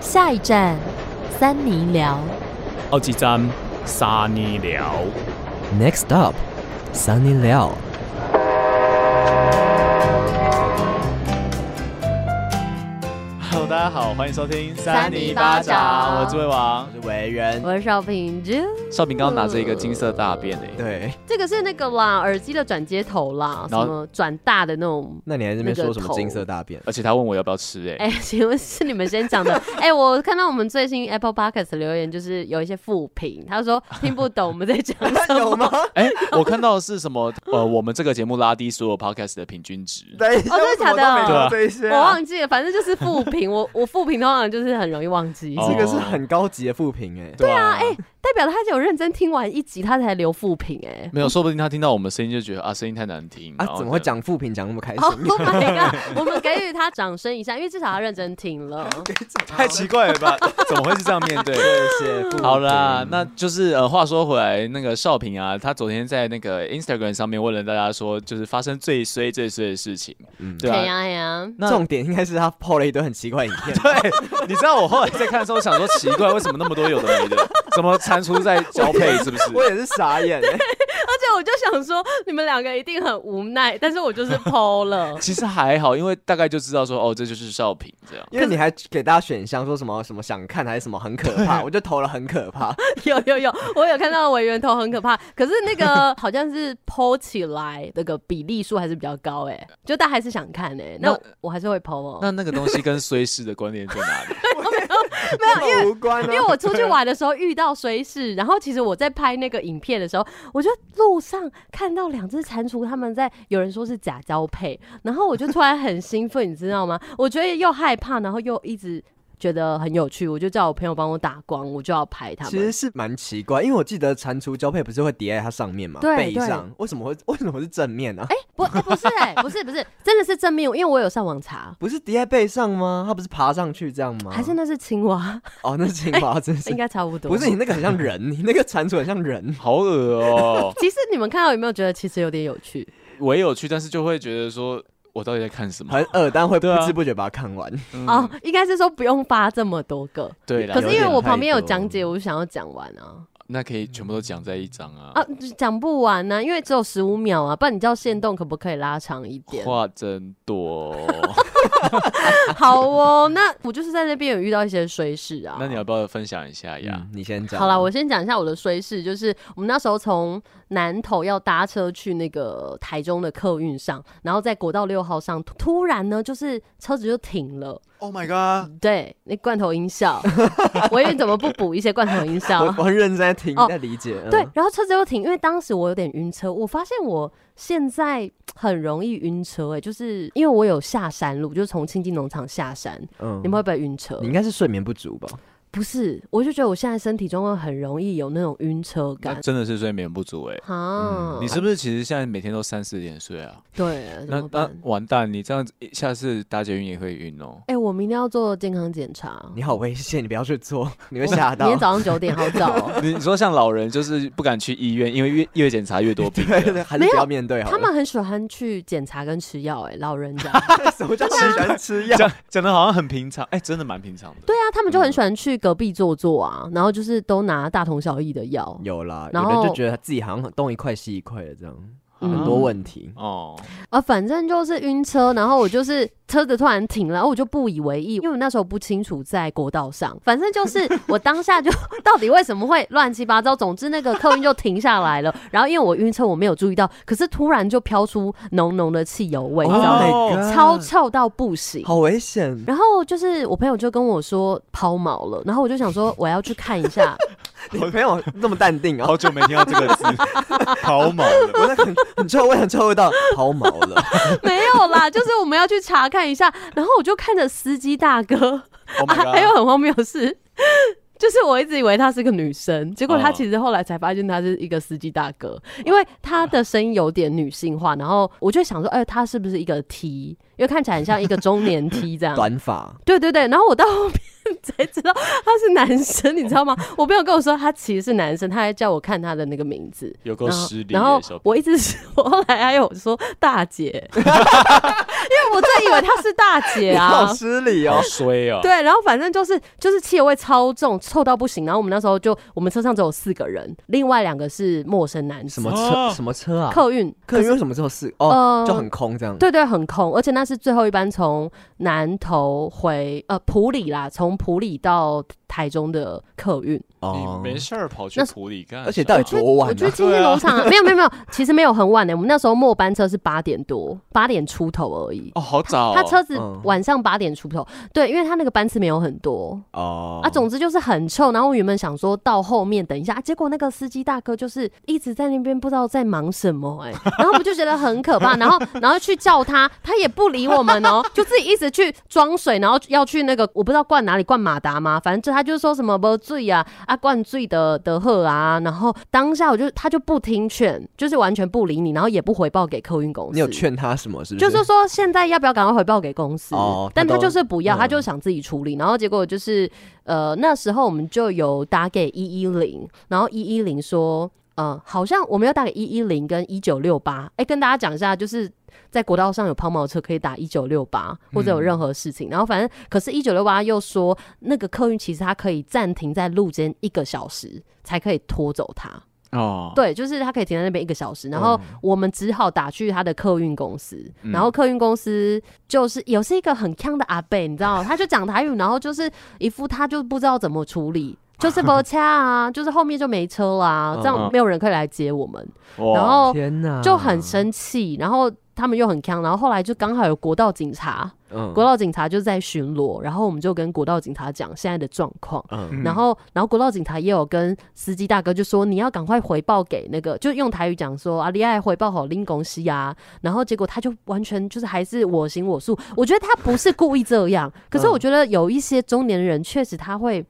下一站，三尼寮。好几站沙尼寮， Next up, Sunny Liao。 Hello，大家好，欢迎收听三尼巴掌我是魏王我。是维人，我是少平，就少平刚刚拿着一个金色大便欸诶、对，这个是那个啦，耳机的转接头啦，什然后么转大的那种。 那你还在那边那个说什么头金色大便？而且他问我要不要吃欸诶、哎、请问是你们先讲 的？哎、我看到我们最新 Apple Podcast 的留言，就是有一些负评，他说听不懂我们在讲什 么。 有吗？哎、我看到的是什么？ 呃，我们这个节目拉低所有 podcast 的平均值。等一下，哦真的为什么假的都没对啊有这一些 我啊，忘记了，反正就是负评。我我负评通常就是很容易忘记，哦这个是很高级的副评哎。对啊，哎、代表他有认真听完一集，他才留负评、 哎。没有，说不定他听到我们声音就觉得啊，声音太难听啊然，后怎么会就讲副评讲那么开心？ Oh my god！我 们给予他掌声一下，因为至少他认真听了。太奇怪了吧？怎么会是这样面对？谢谢副评 好啦，那就是呃，话说回来，那个少平啊，他昨天在那个 Instagram 上面问了大家说，就是发生最衰最衰的事情，嗯对啊。呀呀，那重点应该是他 PO 了一堆很奇怪的影片，对，你知道我后来在看的时候，我想说奇怪，为什么那么多有的没的？怎么蟾蜍在交配？是不 是？。我也是傻眼哎。而且我就想说，你们两个一定很无奈，但是我就是剖了其实还好，因为大概就知道说，哦，这就是少平这样。 因为你还给大家选项说什么什么想看还是什么很可怕，我就投了很可怕。 有有有，我有看到委员头很可怕，可是那 个好像是剖起来那个比例数还是比较高哎、就大家还是想看哎、那那我我还是会剖哦、那那个东西跟衰事的关联在哪里？没有，因为无关因啊为我出去玩的时候遇到衰事，然后其实我在拍那个影片的时候，我就路上看到两只蟾蜍，他们在有人说是假交配，然后我就突然很兴奋，你知道吗？我觉得又害怕，然后又一直觉得很有趣，我就叫我朋友帮我打光，我就要拍他们。其实是蛮奇怪，因为我记得蟾蜍交配不是会叠在它上面吗？对背对上为什么会 为什么是正面呢、啊？哎、不，哎、不是、哎，不是，不是，真的是正面，因为我有上网查，不是叠在背上吗？它不是爬上去这样吗？还是那哎是青蛙，哦，那是青蛙，真 是应该差不多。不是你，那个很像 人，你那个蟾蜍很像人。好恶哦、其实你们看到有没有觉得其实有点有趣？我也有去，但是就会觉得说，我到底在看什么？很耳，但会不对啊知不觉把它看完。哦，应该是说不用发这么多个， 对啦可，是因为我旁边有啊有点太讲多解，我就想要讲完啊那可以全部都讲在一张啊。啊，讲不完呢、因为只有十五秒啊，不然你叫限动可不可以拉长一点？话真 多，好哦，那我就是在那边有遇到一些衰事啊。那你要不要分享一下呀？嗯，你先讲。好了，我先讲一下我的衰事，就是我们那时候从南头要搭车去那个台中的客运上，然后在国道六号上，突突然呢，就是车子就停了。 Oh my god！对，那罐头音效， 我以为怎么不补一些罐头音效我啊？我很认真在听哦，在理解。嗯对，，然后车子又停，因为当时我有点晕车，我发现我现在很容易晕车、欸，哎，就是因为我有下山路，就是从青金农场下山，嗯你们会不会晕车你？应该是睡眠不足吧？不是，我就觉得我现在身体状况很容易有那种晕车感那真的是睡眠不足哎、啊。你是不是其实现在每天都三四点睡啊？对，怎那么那办？完蛋，你这样子下次搭捷运也会晕哦。哎、我明天要做健康检查，你好危险，你不要 去做，你会吓明到天。早上九点，好早、哦。你你说像老人就是不敢去医院，因为越越检查越多 啊病。 对对，还是没有不要面对好他了。们很喜欢去检查跟吃药，哎，老人家。 什么叫喜欢吃药？讲讲的好像很平常，哎、真的蛮平常的。对啊，他们就很喜欢去隔壁坐坐啊，然后就是都拿大同小异的药。有啦，然有人后就觉得自己好像东一块西一块的这样，嗯很多问题。哦，啊，反正就是晕车，然后我就是车子突然停了，然后我就不以为意，因为我那时候不清楚在国道上，反正就是我当下就 到底为什么会乱七八糟，总之那个客运就停下来了，然后因为我晕车我没有注意到，可是突然就飘出浓浓的汽油味，你知道吗？哦 Oh my god 超臭到不行。好 危险！然后就是我朋友就跟我说抛锚了，然后我就想说我要去看一下， 你朋友那么淡定 啊好？久没听到这个字，跑马了。我在很很臭味，很臭味道，抛锚了。没有啦，就是我们要去查看一下，然后我就看着司机大哥。 Oh 啊 my god！还有很荒谬的事，就是我一直以为她是个女生，结果她哦其实后来才发现她是一个司机大哥，因为她的声音有点女性化，然后我就想说，哎、她是不是一个 T？因为看起来很像一个中年 T 这样。短发，对对对，然后我到后面才知道他是男生，你知道吗？我朋友跟我说他其实是男生，他还叫我看他的那个名字，有够然后失礼然耶后小我一直是 我后来还有说大姐，因为我真的以为他是大姐你啊好。失礼好哦。衰哦。对，然后反正就是就是气味超重，臭到不行。然后我们那时候就我们车上只有四个人，另外两个是陌生男子。什么哦车？什么车啊？客运？客运为什么只有四？哦呃，就很空这样。对对，很空，而且那是最后一班从南投回呃埔里啦，从埔里到台中的客运。你哦，没事儿跑去那普里干啥，而且到底哎多晚啊我觉得呢？今天农场、啊 没有没有没有，其实没有很晚欸的、我们那时候末班车是八点多，八点出头而已。哦好早哦，他车子嗯晚上八点出头，对，因为他那个班次没有很多哦啊，总之就是很臭。然后我原本想说到后面等一下，啊结果那个司机大哥就是一直在那边不知道在忙什么、哎， 然后我就觉得很可怕。然后然后去叫他，他也不理我们哦、 就自己一直去装水，然后要去那个我不知道灌哪里灌马达吗？反正就他就说什么不醉啊啊灌醉的的喝啊，然后当下我就他就不听劝，就是完全不理你，然后也不回报给客运公司。你有劝他什么？是不？就是是说现在要不要赶快回报给公司？哦但他他都就是不要，嗯他就想自己处理。然后结果就是，呃，那时候我们就有打给一一零，然后一一零说，呃，好像我们要打给一一零跟一九六八。哎，跟大家讲一下，就是在国道上有抛锚车可以打一九六八，或嗯者有任何事情。然后反正，可是，一九六八又说那个客运其实它可以暂停在路肩一个小时，才可以拖走它。哦，对，就是他可以停在那边一个小时，然后我们只好打去他的客运公司，嗯然后客运公司就是有是一个很强的阿贝，你知道，他就讲台语，然后就是一副他就不知道怎么处理。就是不掐啊，就是后面就没车啦，这样嗯没有人可以来接我们，哇然后天哪，就很生气，然后他们又很强，然后后来就刚好有国道警察，嗯国道警察就在巡逻，然后我们就跟国道警察讲现在的状况，嗯嗯然后，然后国道警察也有跟司机大哥就说，你要赶快回报给那个，就用台语讲说啊，你爱回报好拎公司啊。然后结果他就完全就是还是我行我素，我觉得他不是故意这样，可嗯是我觉得有一些中年人确实他会。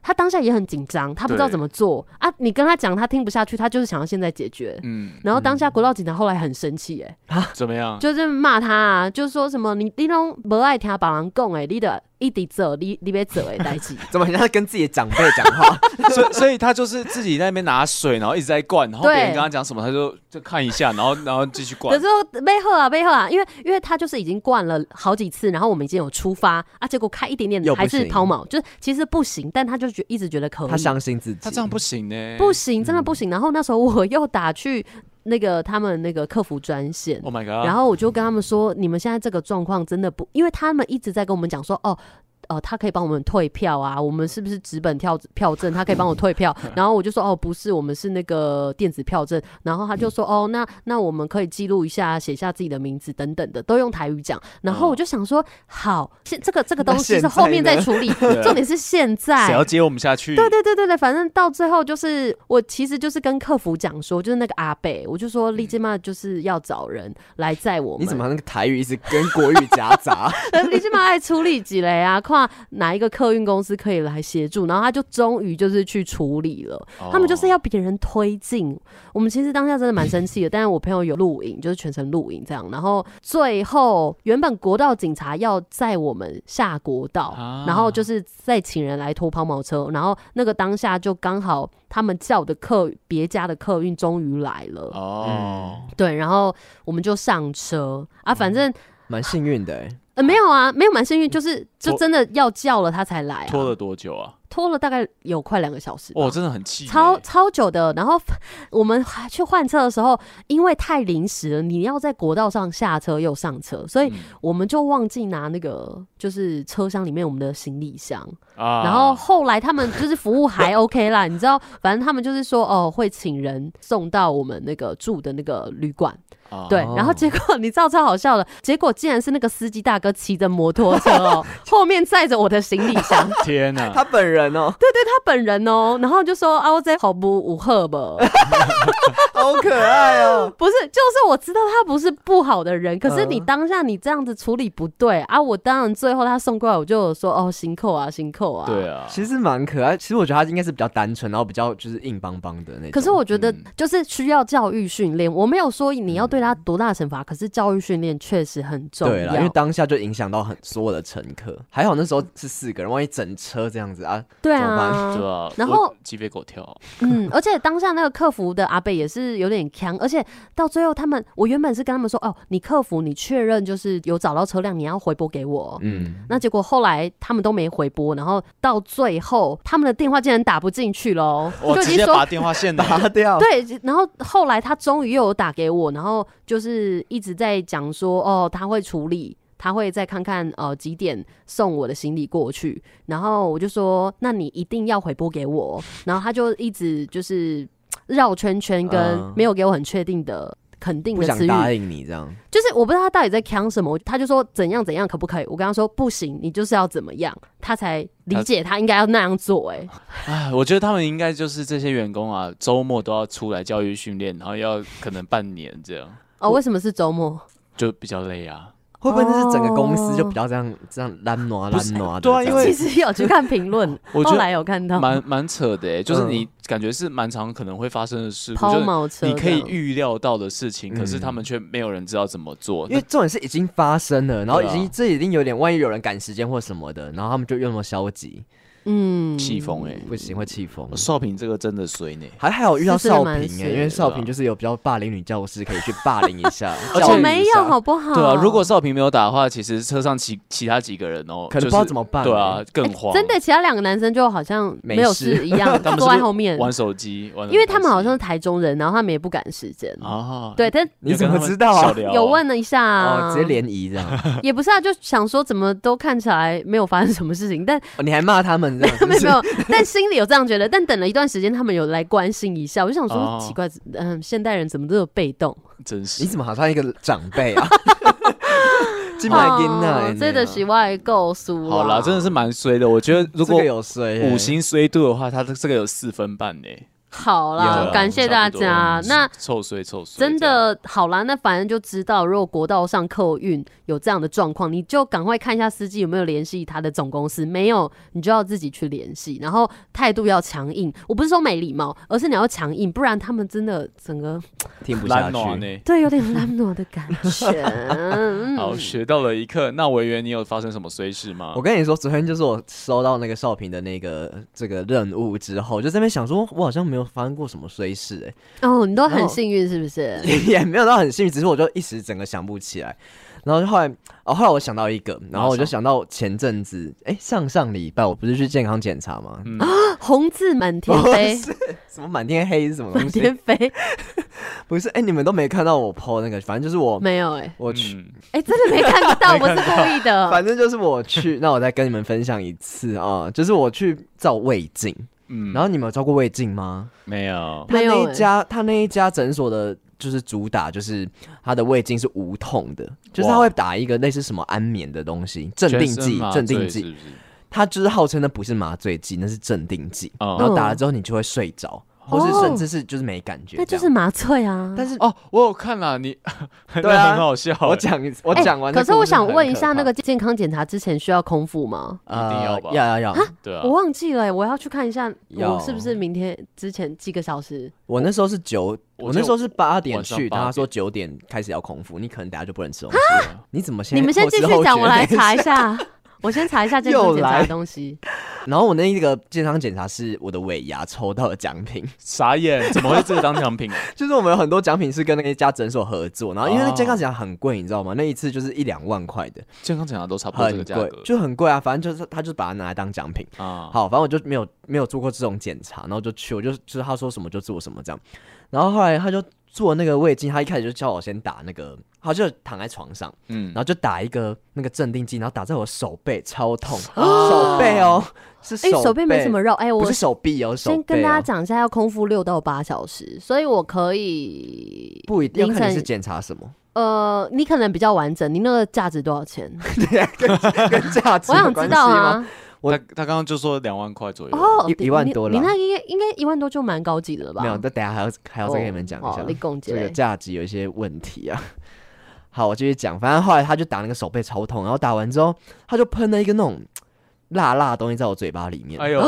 他当下也很紧张，他不知道对怎么做啊！你跟他讲，他听不下去，他就是想要现在解决。 嗯，然后当下国道警察后来很生气、欸，怎么样？就是骂他啊，就说什么你你都不爱听别人讲诶，你的一直做，你你别做诶代志。怎么人家跟自己的长辈讲话？所以所以他就是自己在那边拿水，然后一直在灌，然后别人对跟他讲什么，他就就看一下，然后然后继续可灌是。被喝啊，被喝啊，因为因为他就是已经灌了好几次，然后我们已经有出发啊，结果开一点点又不还是行抛锚，就是其实不行，但他就觉一直觉得可以，他嗯伤心自己。他这样不行呢、不行，真的不行。然后那时候我又打去那个他们那个客服专线。 ，Oh my 啊 god！然后我就跟他们说，你们现在这个状况真的不，因为他们一直在跟我们讲说，哦，呃，他可以帮我们退票啊，我们是不是纸本票票证，他可以帮我退 票？然后我就说，哦，不是，我们是那个电子票证。然后他就说，哦，那那我们可以记录一下，写下自己的名字等等的，都用台语讲。然后我就想说，好，现这个这个东西是那现在呢后面再处 理，对重点是现在谁要。接我们下去？对对对对对，反正到最后就是我其实就是跟客服讲说，就是那个阿北，我就说丽姐妈就是要找人来载我们。嗯呃你怎么那个台语一直跟国语夹杂？你起码爱处理几类啊，看哪一个客运公司可以来协助，然后他就终于就是去处理了。哦他们就是要别人推进。我们其实当下真的蛮生气的，但是我朋友有录影，就是全程录影这样。然后最后原本国道警察要载我们下国道，啊然后就是再请人来拖抛锚车，然后那个当下就刚好他们叫的客别家的客运终于来了，嗯哦，对，然后我们就上车嗯啊，反正。蛮幸运的欸，呃，没有啊，没有蛮幸运，就是就拖真的要叫了他才来、啊，拖了多久啊？拖了大概有快两个小时吧，啊哦，真的很气呢、超超久的。然后 我们还去换车的时候，因为太临时了，你要在国道上下车又上车，所以嗯我们就忘记拿那个就是车厢里面我们的行李箱。啊然后后来他们就是服务 还 OK 啦，你知道，反正他们就是说哦会请人送到我们那个住的那个旅馆。啊对，然后结果你知道超好笑的，结果竟然是那个司机大哥骑着摩托车 哦，后面载着我的行李箱，天哪、他本人哦，他本人哦，然后就说啊，我这好不无喝吧，好好可爱哦。不是，就是我知道他不是不好的人，可是嗯你当下你这样子处理不对啊！我当然最后他送过来，我就有说哦，行扣啊，行扣啊。对。啊，其实蛮可爱，其实我觉得他应该是比较单纯，然后比较就是硬邦邦的那种。可是我觉得嗯就是需要教育训练，我没有说你要对他多大惩罚，可是教育训练确实很重嗯对啦，因为要。当下就影响到很所有的乘客，还好那时候是四个人，万一整车这样子啊，对怎么啊办，对啊，然后我鸡飞狗跳，嗯，而且当下那个客服的阿贝也是有点强，而且到最后他们，我原本是跟他们说，哦，你客服你确认就是有找到车辆，你要回拨给我。嗯，那结果后来他们都没回拨，然后到最后他们的电话竟然打不进去喽，我就已直经接拔说电话线 的，拔掉。对，然后后来他终于又有打给我，然后就是一直在讲说哦他会处理，他会再看看呃几点送我的行李过去，然后我就说那你一定要回拨给我，然后他就一直就是绕圈圈跟嗯没有给我很确定的。肯定不的想词语，答应你这样，就是我不知道他到底在扛什么，他就说怎样怎样可不可以？我跟他说不行，你就是要怎么样，他才理解他应该要那样做、 欸。哎，我觉得他们应该就是这些员工啊，周末都要出来教育训练，然后要可能半年这样，哦，为什么是周末？就比较累啊。会不会那是整个公司就比较这样这样懒挪不是懒挪的这对样？啊因为其实有去看评论， 我觉后得来有看到 蛮蛮扯的、欸，就是嗯你感觉是蛮常可能会发生的事故，抛就是锚车这你样，可以预料到的事情，可是嗯他们却没有人知道怎么做。因为重点是已经发生了，然后已对经、啊这已经有点，万一有人赶时间或什么的，然后他们就又那么消极，嗯气疯哎，不行会气疯。少平这个真的衰呢、，还还有遇到是真的少平蛮哎、是因为少平就是有比较霸凌女教师，可以去霸凌一下而且 我教育一下没有好不好？对啊，如果少平没有打的话，其实车上其其他几个人哦、可能就不知道是怎么办对欸啊，更哎慌。真的，其他两个男生就好像没有 事一样，他们坐是不在是后面，玩手机，玩因为他们好像是手机台中人，然后他们也不赶时间。啊，对，但你有怎跟么他们知道啊小聊有问了一下啊，哦，直接联谊这样， 也不是啊，就想说怎么都看起来没有发生什么事情，但哦你还骂他们这样， 没有没有，有，但心里有这样觉得。但等了一段时间，他们有来关心一下，我就想说哦奇怪，嗯，现代人怎么这么被 动？真是你怎么好像一个长 辈啊？ 金麦金哦呐，这的是外够输。哎好啦，真的是蛮衰的。我觉得如如果果有谁五星衰度的话，他这个有四分半呢、啊好啦有，感谢大家差。不多那臭衰臭衰，真的好啦，那反正就知道，如果国道上客运有这样的状况，你就赶快看一下司机有没有联系他的总公司，没有你就要自己去联系，然后态度要强硬。我不是说没礼貌，而是你要强硬，不然他们真的整个听不这下样去，烂呢。对有点 懒惰的感觉。嗯好，学到了一课。那委员，你有发生什么衰事吗？我跟你说，昨天就是我收到那个少平的那个这个任务之后，就这边想说，我好像没有发生过什么衰事、欸，哦，你都然很后幸运是不是？哎， 也没有到很幸运，只是我就一时整个想不起来。然后就后来，哦，后来我想到一个，然后我就想到前阵子，哎、上上礼拜我不是去健康检查吗？红字满天哦飞， 什么满天黑是什么满东西？天 飞不是，哎、你们都没看到我 PO 那个，反正就是我，没有哎我去。嗯哎，真的没看 到，我是故意的。反正就是 我去，那我再跟你们分享一次啊、就是我去照胃镜，嗯，然后你们有照过胃镜吗？没有，没有他那欸一家，他那一家诊所的，就是主打就是他的胃镜是无痛的，就是他哇会打一个类似什么安眠的东西，镇定全身剂麻，镇定醉剂。是不是？他就是号称那不是麻醉剂，那是镇定剂，哦然后打了之后你就会睡着，或是甚至是就是没感觉那这就样。是麻醉啊。但是 哦，我有看啦， 你对啊那很好笑欸，我讲一我哎讲完那可故事是很可我想怕，问一下，那个健康检查之前需要空腹吗？呃一定要吧要要要。对啊我，忘记了、欸我要去看一下，我要是不是明天之前几个小时？我那时候是九，我我那时候是八点晚上去，八点他说九点开始要空腹，你可能等下就不能吃东西。对啊你怎么现在你们先后继知续后讲，觉我来呢查一下。 我先查一下健康检查的东西。 然后我那一个健康检查是我的尾牙抽到的奖品， 傻眼，怎么会这个当奖品？就是我们有很多奖品是跟那一家诊所合作，然后因为那哦健康检查很贵，你知道吗？那一次就是一两万块的，健康检查都差不多这很个价贵格，就很贵啊。反正就是他就把它拿来当奖品。啊，好，反正我就没有没有做过这种检查，然后就去，我就就是他说什么就做什么这样。然后后来他就做那个胃镜，他一开始就叫我先打那个，他就躺在床上，嗯然，后就打一个那个镇定剂，然后打在我手背，超痛，手背哦，是哎、手手背没什么肉。哎、不我是手臂哦，手背、哦。先跟大家讲一下，要空腹六到八小时，所以我可以。不一定，要凌看你晨是检查什 么，呃， 你可能比较完整，你那个价值多少钱？跟价值我有想关知系道吗？啊。我他他刚刚就说两万块左右，哦，一你一万你多你啦那应该应该一万多就蛮高级的了吧？没有，那等一下还要还要再跟你们讲一哦下哦你讲一下这个价值有一些问题啊。 好，我继续讲，反正后来他就打那个手背超痛，然后打完之后他就喷了一个那种辣辣的东西在我嘴巴里面。哎呦，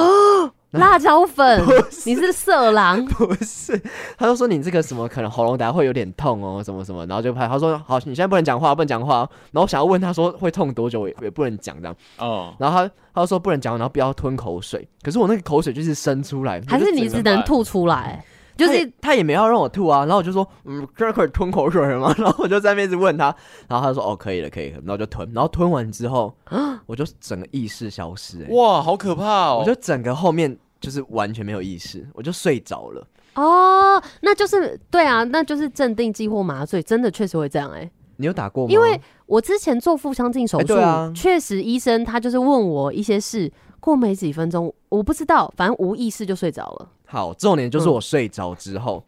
辣椒粉，你是色狼， 不是，他就说你这个什么可能喉咙等下会有点痛哦，什么什么，然后就拍他说好，你现在不能讲话，不能讲话哦。然后我想要问他说会痛多久，也也不能讲这样。哦，然后他他就说不能讲，然后不要吞口水。可是我那个口水就是伸出来，还是你只只能吐出来？就他也是他也没要让我吐啊，然后我就说，嗯，这样可以吞口水吗？ 然后我就在那边一直问他，然后他说，哦，可以了，可以了，然后就吞，然后吞完之后，啊我就整个意识消失、欸，哇，好可怕我哦就！整个后面就是完全没有意识，我就睡着了。哦，那就是对啊，那就是镇定剂或麻醉，真的确实会这样哎、你有打过吗？因为我之前做腹腔镜手哎术对啊，确、实医生他就是问我一些事，过没几分钟，我不知道，反正无意识就睡着了。好，重点就是嗯我睡着之后，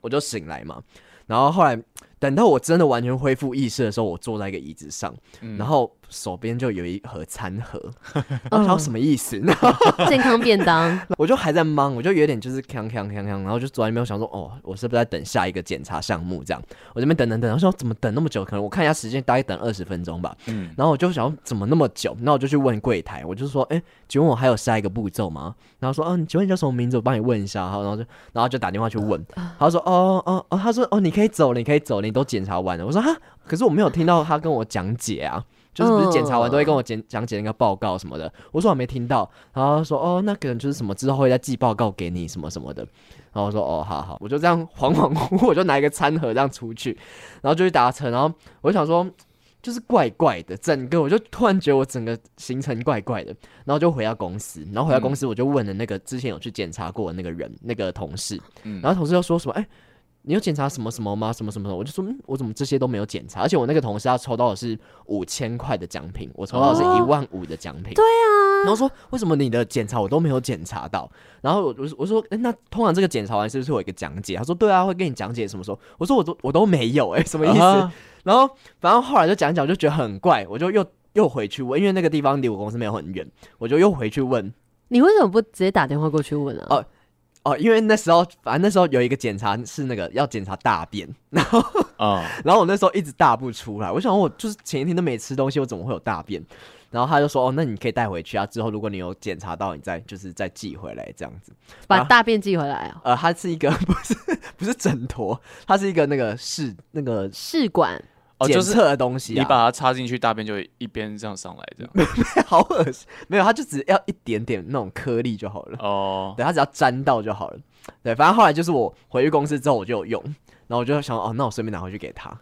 我就醒来嘛，然后后来等到我真的完全恢复意识的时候，我坐在一个椅子上，然后手边就有一盒餐 盒，然嗯后想说什么意思？然后健康便 当，我就还在忙，我就有点就是锵锵锵锵，然后就坐在那边，我想说，哦，我是不是在等下一个检查项目？这样，我这边等等等，我说怎么等那么久？可能我看一下时间，大概等二十分钟吧。嗯然后我就想说怎么那么久？那我就去问柜台，我就说，哎、请问我还有下一个步骤吗？然后说，嗯、你请问你叫什么名字？我帮你问一下。然后，然后就，然后就打电话去问，他说，哦哦哦，他说，哦，你可以走，你可以走，你都检查完了。我说，哈，可是我没有听到他跟我讲解啊。就是不是检查完都会跟我讲讲解那个报告什么的，我说我没听到，然后他说哦，那可能就是什么之后会再寄报告给你什么什么的，然后我说哦，好好，我就这样 恍恍惚惚，我就拿一个餐盒这样出去，然后就去搭车，然后我就想说就是怪怪的，整个我就突然觉得我整个行程怪怪的，然后就回到公司，然后回到公司我就问了那个之前有去检查过的那个人那个同事，嗯然后同事又说什么哎。你有检查什么什么吗？什么什么什么？我就说，嗯，我怎么这些都没有检查？而且我那个同事他抽到的是五千块的奖品，我抽到的是哦一万五的奖品。对啊。然后说，为什么你的检查我都没有检查到？然后我我我说、诶那通常这个检查完是不是会有一个讲解？他说，对啊，会跟你讲解什么时候？我说我都我都没有、诶，什么意思？啊然后反正后来就讲一讲，我就觉得很怪，我就又又回去问，因为那个地方离我公司没有很远，我就又回去问。你为什么不直接打电话过去问啊？哦哦，因为那时候反正那时候有一个检查是那个要检查大便，然后啊，然后我那时候一直大不出来，我想我就是前一天都没吃东西，我怎么会有大便？然后他就说哦，那你可以带回去啊，之后如果你有检查到，你再就是再寄回来这样子。把啊大便寄回来啊？呃，它是一个 不是不是枕头，它是一个那个是那个试 管哦，检就是测的东西、你啊，把它插进去，大便就会一边这样上来，这样 好恶心，没有，它就只要一点点那种颗粒就好了。哦，对，它只要沾到就好了。对，反正后来就是我回去公司之后我就有用，然后我就想哦，那我顺便拿回去给他。嗯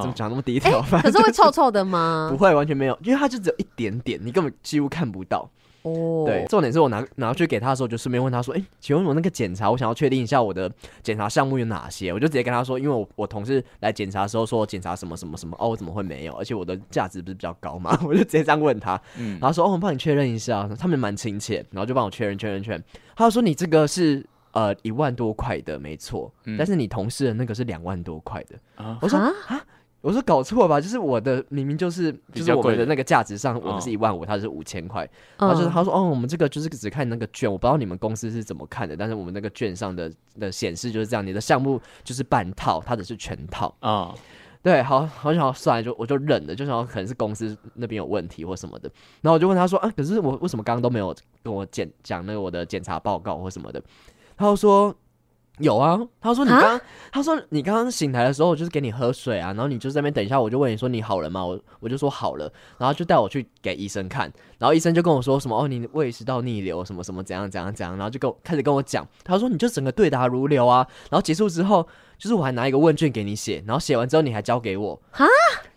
怎么讲那么低调？反哎可正是会臭臭的吗不？会，完全没有，因为它就只有一点点，你根本几乎看不到。哦，对，，重点是我拿拿去给他的时候，就顺便问他说：“哎、请问我那个检查，我想要确定一下我的检查项目有哪些？”我就直接跟他说，因为我我同事来检查的时候说我检查什么什么什么，哦，我怎么会没有？而且我的价值不是比较高嘛， 我就直接这样问他，嗯然后说：“哦，我帮你确认一下。”他们蛮亲切，然后就帮我确认确认确认。他说：“你这个是。”呃，一万多块的没错，嗯但是你同事的那个是两万多块的。啊我说啊啊，我说搞错吧，就是我的明明就是就比是较我们贵的的那个价值上，我哦们是一万五，他是五千块，嗯他就是他说，哦，我们这个就是只看那个券，我不知道你们公司是怎么看的，但是我们那个券上的的显示就是这样，你的项目就是半套，它的是全套。啊，对，好，好想要算了，就我就忍了，就想要可能是公司那边有问题或什么的。然后我就问他说，啊，可是我为什么刚刚都没有跟我检讲那个我的检查报告或什么的？他就说。有啊，他说你啊刚刚，他说你刚刚醒来的时候，我就是给你喝水啊，然后你就在那边等一下，我就问你说你好了吗？我我就说好了，然后就带我去给医生看，然后医生就跟我说什么哦，你胃食道逆流什么什么怎样怎样怎样，然后就跟我开始跟我讲，他说你就整个对答如流啊，然后结束之后，就是我还拿一个问卷给你写，然后写完之后你还交给我哈，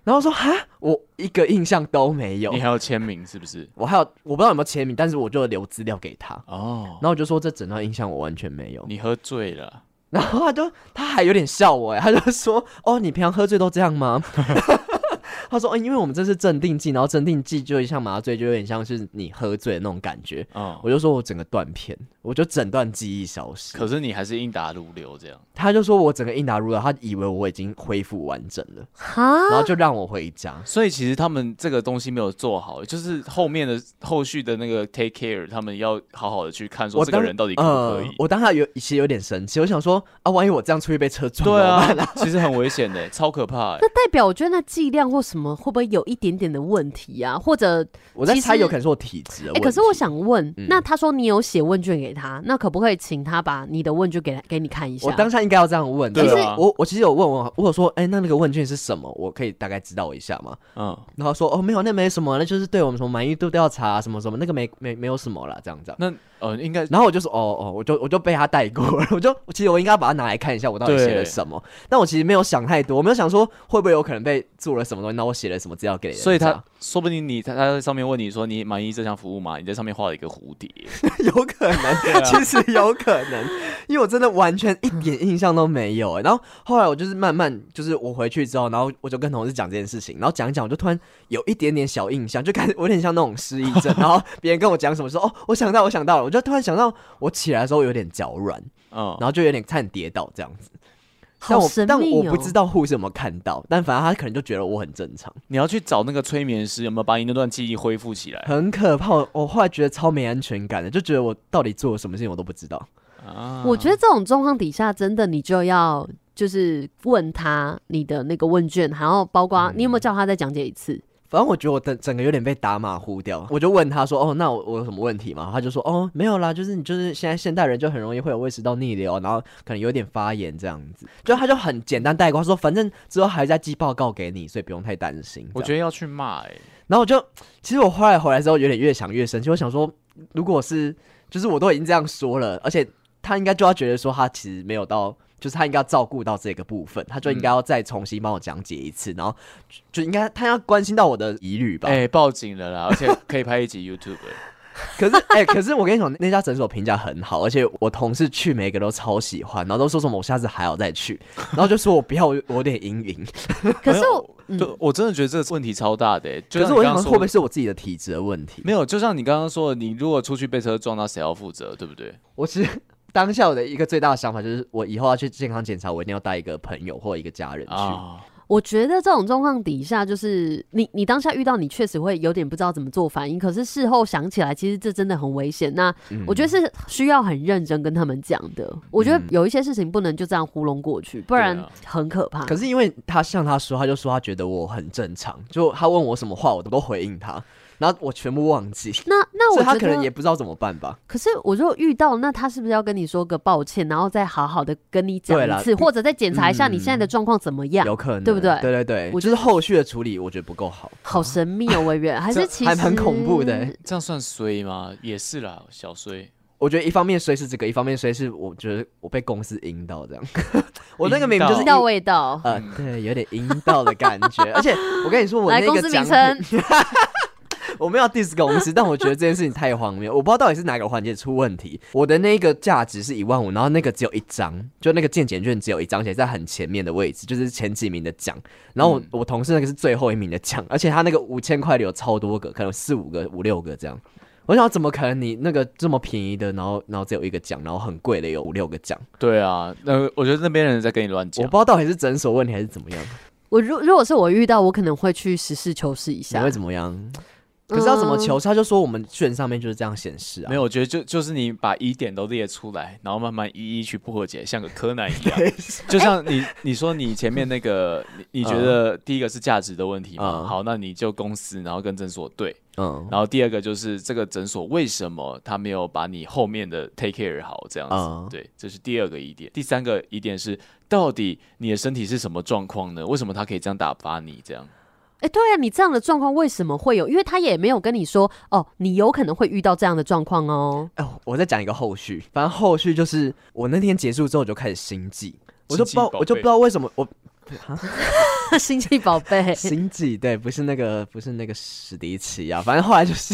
然后我说哈，我一个印象都没有你，还要签名是不是？我还有我不知道有没有签名，但是我就留资料给他，哦然，后我就说这整段印象我完全没有，你喝醉了，然后他就他还有点笑我哎，他就说哦你平常喝醉都这样吗？ 他说，嗯、因为我们这是镇定剂，然后镇定剂就像麻醉，就有点像是你喝醉的那种感觉。嗯，我就说我整个断片，我就整段记忆消失。可是你还是应答如流这样。他就说我整个应答如流，他以为我已经恢复完整了，然哈后，就让我回家。所以其实他们这个东西没有做好，就是后面的后续的那个 take care，他们要好好的去看，说我这个当人到底可不可以呃。我当下有其实有点生气，我想说啊，万一我这样出去被车撞，对 怎么办，啊，其实很危险的，超可怕欸的。那代表我觉得那剂量或什么会不会有一点点的问题啊？或者我在其猜实有可能是我体质的哎、问题。可是我想问，嗯那他说你有写问卷给他，那可不可以请他把你的问卷给他给你看一下？我当下应该要这样问，对但是啊我我其实有问我，我有说，哎、那那个问卷是什么？我可以大概知道一下吗？嗯，然后说，哦，没有，那没什么，那就是对我们什么满意度调查、啊什么什么，那个没没没有什么啦，这样子。那呃，应该然后我就说，哦哦，我就我就被他带过了，我就其实我应该把它拿来看一下，我到底写了对什么。但我其实没有想太多，我没有想说会不会有可能被做了什么东西，那我写了什么资料给人家。所以他说不定你他他在上面问你说你满意这项服务吗？你在上面画了一个蝴蝶， 有 可啊能，其实有可能，因为我真的完全一点印象都没有、欸。然后后来我就是慢慢，就是我回去之后，然后我就跟同事讲这件事情，然后讲一讲，我就突然有一点点小印象，就感觉我有点像那种失忆症。然后别人跟我讲什么说，哦，我想到，我想到了，我就突然想到，我起来的时候有点脚软，嗯，然后就有点差点跌倒这样子。但好我、神但秘我哦、不知道护士有没有看到，但反正他可能就觉得我很正常，你要去找那个催眠师，有没有把你那段记忆恢复起哎来很可怕。我我后来觉得超没安全感的，就觉得我到底做了什么事情我都不知道。啊？嗯我觉得这种状况底下，真的你就要就是问他你的那个问卷，然后包括嗯你有没有叫他再讲解一 次？反正我觉得我整整个有点被打马虎掉，我就问他说：“哦，那我我有什么问题吗？”他就说：“哦，没有啦，就是你就是现在现代人就很容易会有胃食道逆流，然后可能有点发炎这样子。”就他就很简单带过，他说：“反正之后还在寄报告给你，所以不用太担心。”我觉得，得要去骂哎、然后我就其实我后来回来之后有点越想越生气，我想说，如果是就是我都已经这样说了，而且他应该就要觉得说他其实没有到。就是他应该要照顾到这个部分，他就应该要再重新帮我讲解一次，然后就就应该他要关心到我的疑虑吧。哎、报警了啦，而且可以拍一集 YouTube 欸、可是，哎、可是我跟你讲，那家诊所评价很好，而且我同事去每个都超喜欢，然后都说什么我下次还要再去，然后就说我不要，我有点阴影。可是我嗯我，对，我真的觉得这个问题超大的、欸。 就可像是你我刚想刚会说不会是我自己的体质的问题？没有？就像你刚刚说的，你如果出去被车撞到，谁要负责，对不对？我其实当下我的一个最大的想法就是，我以后要去健康检查，我一定要带一个朋友或一个家人去。啊，我觉得这种状况底下，就是你你当下遇到，你确实会有点不知道怎么做反应，可是事后想起来，其实这真的很危险。那嗯我觉得是需要很认真跟他们讲的。我觉得有一些事情不能就这样糊弄过去，不然对啊很可怕。可是因为他像他说，他就说他觉得我很正常，就他问我什么话，我都回应他，然后我全部忘记，那那所我以觉他得可能也不知道怎么办吧。可是我如果遇到，那他是不是要跟你说个抱歉，然后再好好的跟你讲对啦一次，或者再检查一下嗯你现在的状况怎么样？有可能，对不对对对对，我我就是后续的处理，我觉得不够好。好神秘哦，委员，还是这其实还蛮恐怖的欸这样算衰吗？也是啦，小衰。我觉得一方面衰是这个，一方面衰是我觉得我被公司阴到这样。 我那个明明就知是阴道阴味道。呃，对，有点阴到的感 觉。而且我跟你说，我来那公个司名奖称品，，我没有 diss 公司，但我觉得这件事情太荒谬，我不知道到底是哪个环节出问题。我的那个价值是一万五，然后那个只有一张，就那个健检券只有一张，而且在很前面的位置，就是前几名的奖。然后嗯我、我同事那个是最后一名的奖，而且他那个五千块的有超多个，可能有四五个、五六个这样。我想怎么可能你那个这么便宜的，然后然后只有一个奖，然后很贵的有五六个奖，对啊，那我觉得那边人在跟你乱我讲不知。道到底是诊所问题还是怎么样，我如如果是我遇到，我可能会去实事求是一下想啊会。怎么样？可是要怎么求？他就说我们券上面就是这样显示啊，嗯没有，我觉得就就是你把疑点都列出来，然后慢慢一一去破解，像个柯南一 样。就像你你说你前面那个，你你觉得第一个是价值的问题嘛？嗯好，那你就公司，然后跟诊所对。嗯然后第二个就是这个诊所为什么他没有把你后面的 take care 好这样子？嗯对，这是第二个疑点。第三个疑点是，到底你的身体是什么状况呢？为什么他可以这样打发你这样？哎、对啊，你这样的状况为什么会有？因为他也没有跟你说哦，你有可能会遇到这样的状况哦。 哎、我再讲一个后续，反正后续就是我那天结束之后我就开始心悸，我就不知道心悸宝贝我就不知道为什么我星际宝贝，心悸，对，不是那个不是那个史迪奇啊，反正后来就是。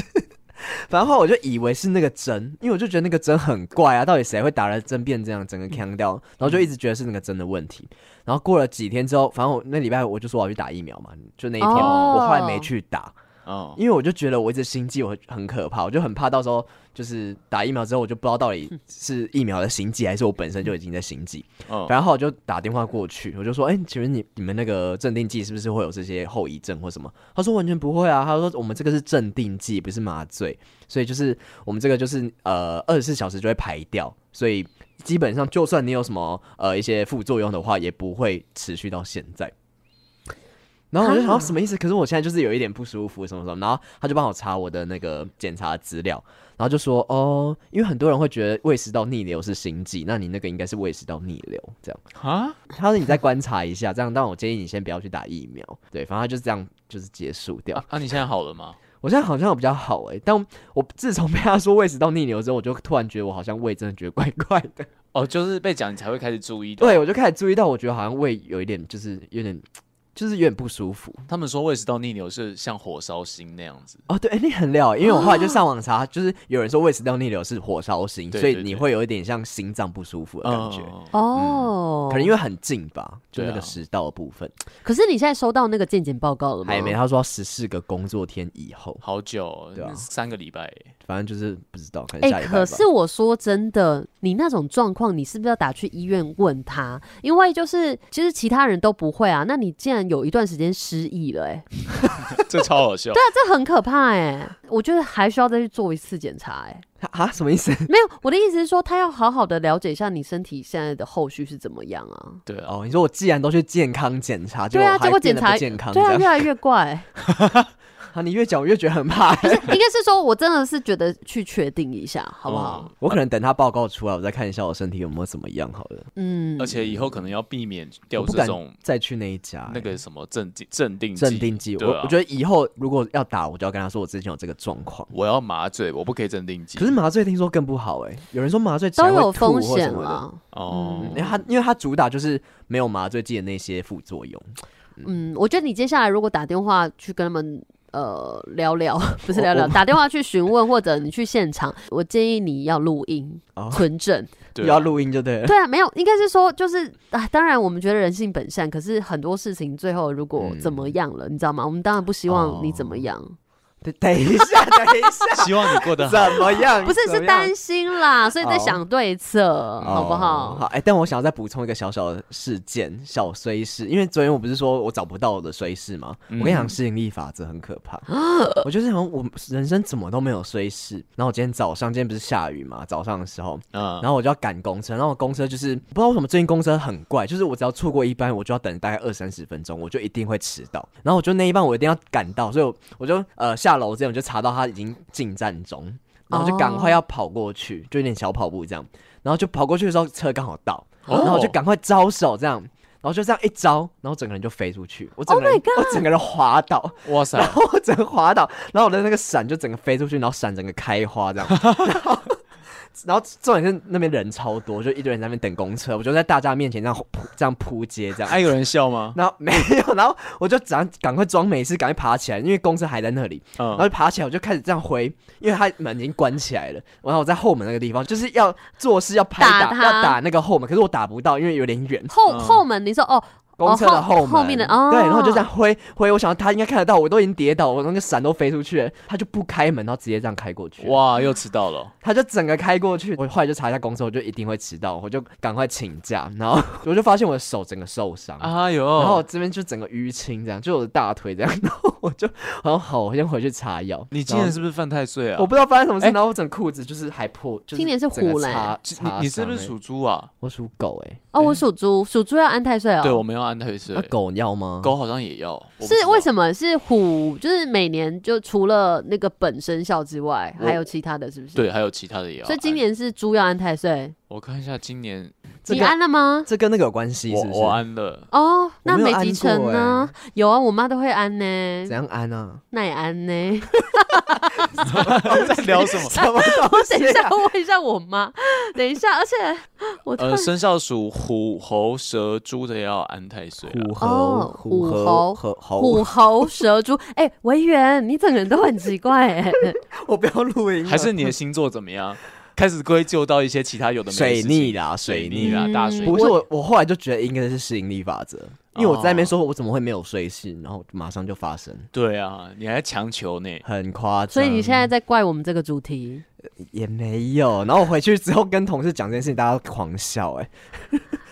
反正后来我就以为是那个针，因为我就觉得那个针很怪啊，到底谁会打了针变这样，整个腔掉？嗯然后就一直觉得是那个针的问题。然后过了几天之后，反正我那礼拜我就说我要去打疫苗嘛，就那一天、哦我后来没去打，哦，因为我就觉得我一直心悸，我很可怕，我就很怕到时候就是打疫苗之后，我就不知道到底是疫苗的心悸，还是我本身就已经在心悸。哦然后我就打电话过去，我就说：“哎、请问你你们那个镇定剂是不是会有这些后遗症或什么？”他说：“完全不会啊。”他说：“我们这个是镇定剂，不是麻醉，所以就是我们这个就是呃二十四小时就会排掉，所以基本上就算你有什么呃一些副作用的话，也不会持续到现在。”然后我就想到什么意思？可是我现在就是有一点不舒服，什么什么。然后他就帮我查我的那个检查资料，然后就说哦，因为很多人会觉得胃食道逆流是心悸，那你那个应该是胃食道逆流这样。啊，他说你再观察一下，这样。但我建议你先不要去打疫苗。对，反正他就是这样，就是结束掉啊。啊，你现在好了吗？我现在好像有比较好诶、但我自从被他说胃食道逆流之后，我就突然觉得我好像胃真的觉得怪怪的。 哦，就是被讲你才会开始注意到。对，我就开始注意到，我觉得好像胃有一点，就是有点，就是有点不舒服。他们说胃食道逆流是像火烧心那样子，哦，对，哎你很了解，因为我后来就上网查，就是有人说胃食道逆流是火烧心，对所以对你对会有一点像心脏不舒服的感觉，哦哦，嗯可能因为很近吧，就对那个啊食道的部分。可是你现在收到那个健检报告了吗？还没，。啊他说十四个工作天以后，好久哦，对啊那三个礼拜耶。反正就是不知道，可能哎、下一可是我说真的，你那种状况，你是不是要打去医院问他？因为就是其实其他人都不会啊，那你竟然有一段时间失忆了、哎，这超好笑。啊那这很可怕哎、我觉得还需要再去做一次检查哎、啊什么意思？ 没有，我的意思是说，他要好好的了解一下你身体现在的后续是怎么样啊。对啊，哦，你说我既然都去健康检查，对啊，结结果果检查健康，对啊，越来越怪。 啊，你越讲我越觉得很怕。 不是，应该是说我真的是觉得去确定一下，好不 好？嗯我可能等他报告出来，我再看一下我身体有没有怎么样好了。嗯，而且以后可能要避免掉我不这敢种再去那一家、欸那个什么镇定镇定镇定剂，对我啊我觉得以后如果要打，我就要跟他说我之前有这个状况。我要麻醉，我不可以镇定剂。可是麻醉听说更不好哎、有人说麻醉起都来会有吐风或险什么的啦。哦，因为它因为它主打就是没有麻醉剂的那些副作用，嗯，我觉得你接下来如果打电话去跟他们。呃，聊聊 不是聊聊，我打电话去询问，或者你去现场，我建议你要录音哦存证。对啊要录音就对了。对啊，没有，应该是说就是啊，当然我们觉得人性本善，可是很多事情最后如果嗯怎么样了，你知道吗？我们当然不希哦望你怎么样，等 等一下，等一 下，希望你过得 好。怎么样？ 不是怎么是样担心啦，所以在哦想对策，好不哦好？好，哎、但我想要再补充一个小小的事件，小衰事，因为昨天我不是说我找不到我的衰事吗？我嗯跟你讲，吸引力法则很可怕。啊我就是想，我人生怎么都没有衰事。然后我今天早上，今天不是下雨嘛，早上的时候，嗯然后我就要赶公车，然后公车就是不知道为什么最近公车很怪，就是我只要错过一班，我就要等大概二三十分钟，我就一定会迟到。然后我就那一班我一定要赶到，所以我我就呃下楼之前我就查到他已经进站中，然后就赶快要跑过去，就有点小跑步这样。然后就跑过去的时候，车刚好到，哦然后我就赶快招手这样，然后就这样一招，然后整个人就飞出去，我整个人、 Oh my 我整个人滑倒，哇塞，然后我整个滑倒，然后我的那个伞就整个飞出去，然后伞整个开花这样。然 后然后重点是那边人超多，就一堆人在那边等公车，我就在大家面前这样扑这样扑街这样。还有人笑吗？然后没有，然后我就赶赶快装没事，赶快爬起来，因为公车还在那里。然后嗯，就爬起来，我就开始这样挥，因为他门已经关起来了。然后我在后门那个地方，就是要做事要拍打打，他要打那个后门，可是我打不到，因为有点远。后嗯后门，你说哦，公车的后后门，后面的哦对，然后就这样挥挥，我想他应该看得到，我都已经跌倒，我那个伞都飞出去了，他就不开门，然后直接这样开过去，哇，又迟到了。他就整个开过去，我后来就查一下公车，我就一定会迟到，我就赶快请假，然后我就发现我的手整个受伤。哎呦，然后我这边就整个淤青，这样就我的大腿这样，然后我就好像好，我先回去擦药。你今然后年是不是犯太岁啊？我不知道发生什么事，哎然后我整裤子就是还破，就是今年是整个虎嘞擦其擦你你是不伤是欸属猪啊？我属狗哎、哦，我属猪，属猪要安太岁哦。对，我们要安太岁那。啊狗要吗？狗好像也要，我不知是道为什么？是虎，就是每年就除了那个本生肖之外，我还有其他的是不是？，对，还有其他的也要安。哎所以今年是猪要安太岁，我看一下今年这你跟安了吗？这跟那个有关系我是不是我？安了，哦，那没有美安集成过呢？有啊，我妈都会安呢、怎样安啊？那也安呢、 在聊 什么？什么东 我等一西下啊？问一下我妈，等一下，而且我突呃，然生肖属虎、猴、蛇、猪的要安太岁啊。虎哦猴虎虎猴猴猴哦虎猴，猴蛇猪，哎、维园，你整个人都很奇怪哎、我不要录音了，还是你的星座怎么样？开始归咎到一些其他有的没的水事逆情啦，啊水水逆啊逆啦。啦，大嗯水不逆。是我，我后来就觉得应该是吸引力法则，因为我在那边说我怎么会没有睡醒，然后马上就发生，对啊，你还强求呢。很夸张。所以你现在在怪我们这个主题，也没有。然后我回去之后跟同事讲这件事情，大家狂笑、哎，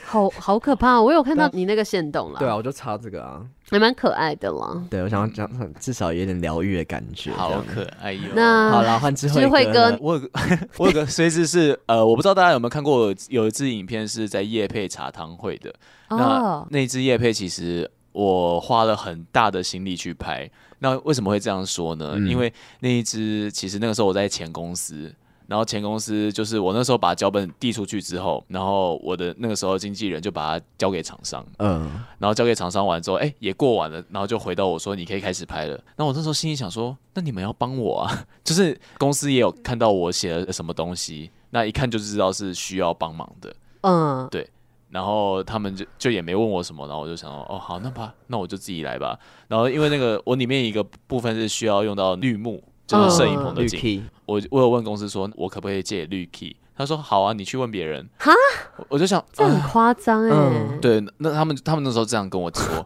好好可怕、哦。我有看到你那个线动了，对啊，，我就插这个啊。还蛮可爱的啦。对，我想要讲，至少有点疗愈的感觉。这好样可爱哟。那好了，换智慧智慧哥哥了我有个我有个随时是呃，我不知道大家有没有看过有一支影片是在夜配茶汤会的，那哦，那支叶配其实我花了很大的心力去拍。那为什么会这样说呢？嗯因为那一支其实那个时候我在前公司，然后前公司就是我那时候把脚本递出去之后，然后我的那个时候经纪人就把它交给厂商，嗯，然后交给厂商完之后，哎、也过完了，然后就回到我说你可以开始拍了。那我那时候心里想说，那你们要帮我啊， 就是公司也有看到我写了什么东西，那一看就知道是需要帮忙的。嗯，然后他们就就也没问我什么，然后我就想说，哦，好，那吧，那我就自己来吧。然后因为那个我里面一个部分是需要用到绿幕，就是摄影棚的嗯绿景， key 我我有问公司说，我可不可以借绿 key？他说好啊，你去问别人。哈，我就想，啊这很夸张哎嗯。对，那他们他们那时候这样跟我说，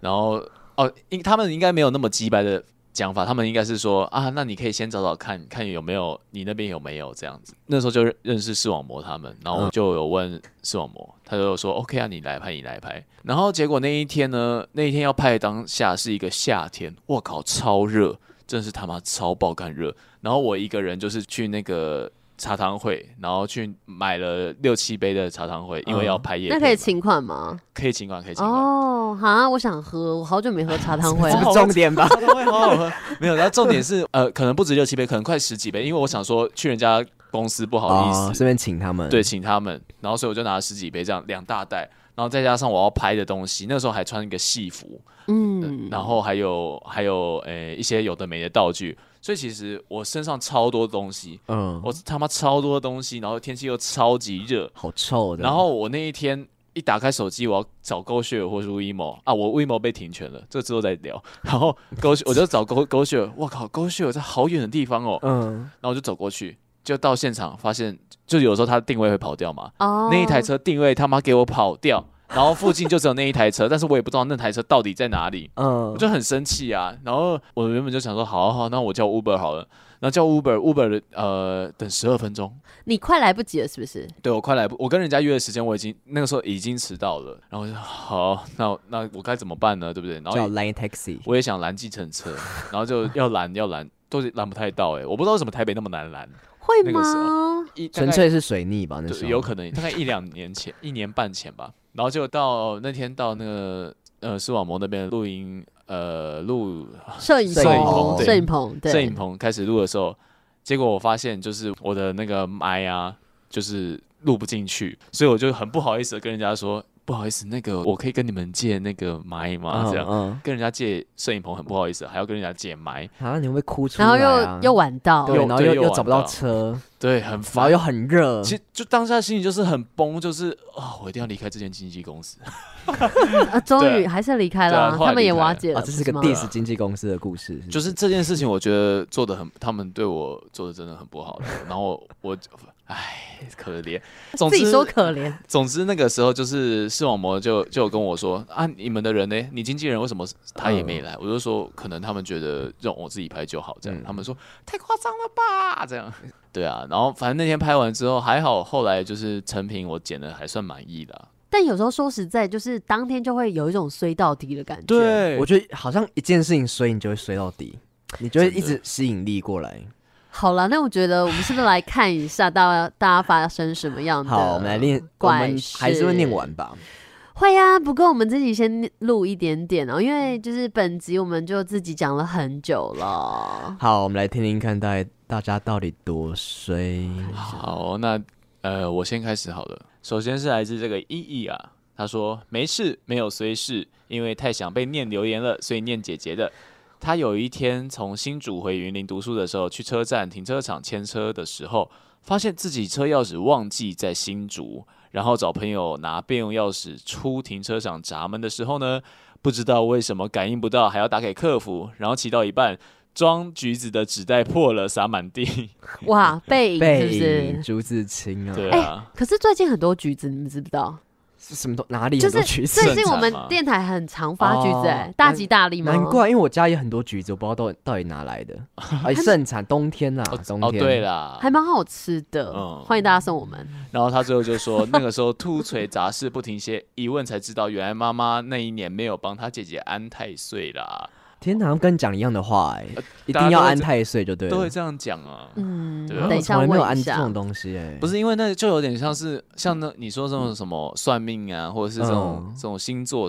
然后哦，应他们应该没有那么鸡白的讲法，他们应该是说啊，那你可以先找找看看有没有你那边有没有这样子。那时候就认认识视网膜他们，然后我就有问视网膜，他就说 OK 啊，你来拍，你来拍。然后结果那一天呢，那一天要拍的当下是一个夏天，我靠，超热，真的是他妈超爆干热。然后我一个人就是去那个。茶汤会，然后去买了六七杯的茶汤会，因为要拍夜、那可以请款吗？可以请款，可以请款。哦，哈，我想喝，我好久没喝茶汤会这 了。是重点吧？好好喝， 没有。然后重点是，呃，可能不止六七杯，可能快十几杯，因为我想说去人家公司不好意思，哦顺便请他们。对，，请他们。然后所以我就拿了十几杯这样两大袋，然后再加上我要拍的东西，那时候还穿一个戏服，嗯，然后还有还有呃一些有的没的道具，所以其实我身上超多东西，嗯，我他妈超多东西，然后天气又超级热，好臭的。然后我那一天一打开手机，我要找 GoShare 或是 WeMo 啊，我 WeMo 被停权了，这之后再聊。 然后 Go 我就找 Go GoShare，我靠，GoShare 在好远的地方哦，嗯，然后我就走过去，就到现场发现，就有时候它的定位会跑掉嘛，哦，那一台车定位他妈给我跑掉，然后附近就只有那一台车，但 是我也不知道那台车到底在哪里。嗯我，就很生气啊。然后我原本就想说，好好好，那我叫 Uber 好了。然后叫 Uber，Uber 的呃等十二分钟，你快来不及了，是不是？对我快来不，我跟人家约的时间我已经那个时候已经迟到了，然后我就好，那那我该怎么办呢？对不对？然叫后 Line Taxi。我也想拦计程车，然后就要拦要拦，都是拦不太到哎、我不知道为什么台北那么难拦，会那个时吗？ 一大概纯粹是水逆吧，那时对候有可能大概一两年前，一年半前吧，然后就到那天到那个呃视网膜那边录音呃录摄影摄影棚，棚摄影棚，对，摄影棚开始录的时候，结果我发现就是我的那个麦啊，就是录不进去，所以我就很不好意思的跟人家说，不好意思，那个我可以跟你们借那个麦吗？啊这样。嗯，跟人家借摄影棚很不好意思，还要跟人家借麦，嗯啊，你会不会哭出来然啊？后又又晚到，对，又然后对又又又晚找不到到车，对，很然后烦。又很热，其实就当下心里就是很崩，就是啊、我一定要离开这间经纪公司。嗯啊，终于对还是离开了对啊啊，后来他们也离开瓦了解啊，了，这是个吗 diss 经纪公司的故事，就是这件事情，我觉得做的很，他们对我做的真的很不好。然后我，唉，可怜。总自之己说可怜，总之那个时候就是视网膜就就有跟我说啊，你们的人呢？你经纪人为什么他也没来？我就说可能他们觉得让我自己拍就好，这样。嗯他们说太夸张了吧，这样。对啊，然后反正那天拍完之后还好，后来就是成品我剪的还算满意的。但有时候说实在，就是当天就会有一种衰到底的感觉。，我觉得好像一件事情衰，你就会衰到底，你就会真的一直吸引力过来。好了，那我觉得我们是不是来看一下大家大家发生什么样的？好，我们来念，我怪们还是会事念完吧。会呀、不过我们自己先录一点点哦，因为就是本集我们就自己讲了很久了。 好，我们来听听看，大大家到底多衰。好，那呃，我先开始好了。首先是来自这个意义啊，他说没事，没有虽事，因为太想被念留言了，所以念姐姐的。他有一天从新竹回云林读书的时候，去车站停车场牵车的时候，发现自己车钥匙忘记在新竹，然后找朋友拿备用钥匙出停车场闸门的时候呢，不知道为什么感应不到，还要打给客服，然后骑到一半，装橘子的纸袋破了，洒满地。哇，背影是背不影是？朱自清啊，对哎、啊，可是最近很多橘子，你们知不知道？是什么都哪里就很多橘是子最近我正们常啊电台很常发橘子、哎哦大吉大利嘛。难怪，因为我家也很多橘子，我不知道到底到底 哪来的。哎，盛产冬天啦，冬天。哦，对，啦，还蛮好吃的，嗯欢迎大家送我们。然后他最后就说，那个时候突锤杂事不停歇，一问才知道，原来妈妈那一年没有帮他姐姐安太岁啦，天哪，他们跟你讲一样的话，哎，一大家定要都会安这太岁就对呃都会了。这样讲啊。嗯，对啊等一下我从来没有问安一这下种。东西，哎，不是因为那就有点像是像那你说这种什么算命啊，或者是这种、嗯这种星座，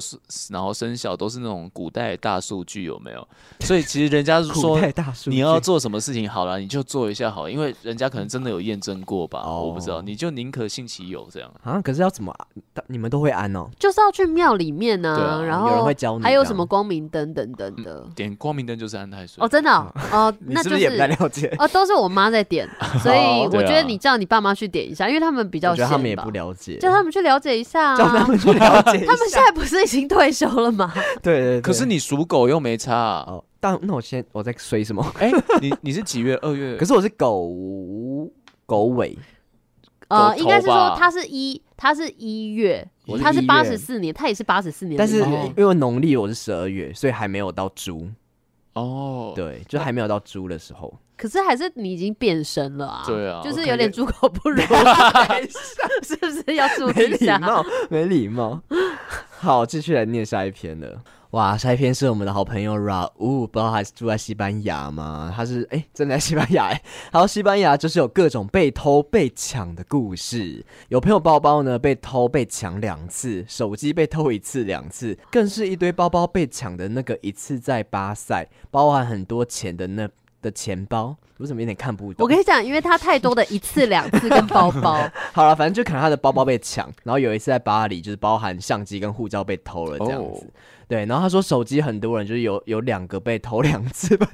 然后生肖都是那种古代大数据有没有？所以其实人家古 说代大数据，你要做什么事情好了，你就做一下好了，因为人家可能真的有验证过吧，哦我不知道，你就宁可信其有这样。啊？可是要怎么安？你们都会安哦？就是要去庙里面呢、对啊然后有人会教你还有这样嗯什么光明灯等等的。点光明灯就是安太岁哦，，真的哦， 哦你那是就不是也不太了解？哦，都是我妈在 点，所以哦对我啊觉得你叫你爸妈去点一下，因为他们比较我觉得他闲们也吧不了解，叫他们去了解一下、啊。叫他们去了解一下。 他们现在不是已经退休了吗？ 对对对，可是你属狗又没差、啊，哦，但那我先我在吹什么？ 哎、你你是几月？二月？可是是我是狗狗尾，呃，狗头应该是说吧他是一，他是一月我，是他是一月八十四年，他也是八十四年的但一是月。哦因为我农历我是十二月，所以还没有到猪，哦，对，就还没有到猪的时候。可是还是你已经变身了啊！对啊就是我有感觉点猪狗不 如， 是不是要注没意一礼下？貌，没礼貌。 好，继续来念下一篇了。哇，下一篇是我们的好朋友 Raul，不知道他是住在西班牙吗？他是哎、真的在西班牙哎、然后西班牙就是有各种被偷被抢的故事，有朋友包包呢被偷被抢两次，手机被偷一次两次，更是一堆包包被抢的那个一次在巴塞，包含很多钱的那的钱包，我怎么有点看不懂？啊我跟你讲，因为他太多的一次、两次跟包包， 好了，反正就可能他的包包被抢，然后有一次在巴黎，就是包含相机跟护照被偷了这样子。哦对，然后他说手机很多人就是有有两个被偷两次 吧，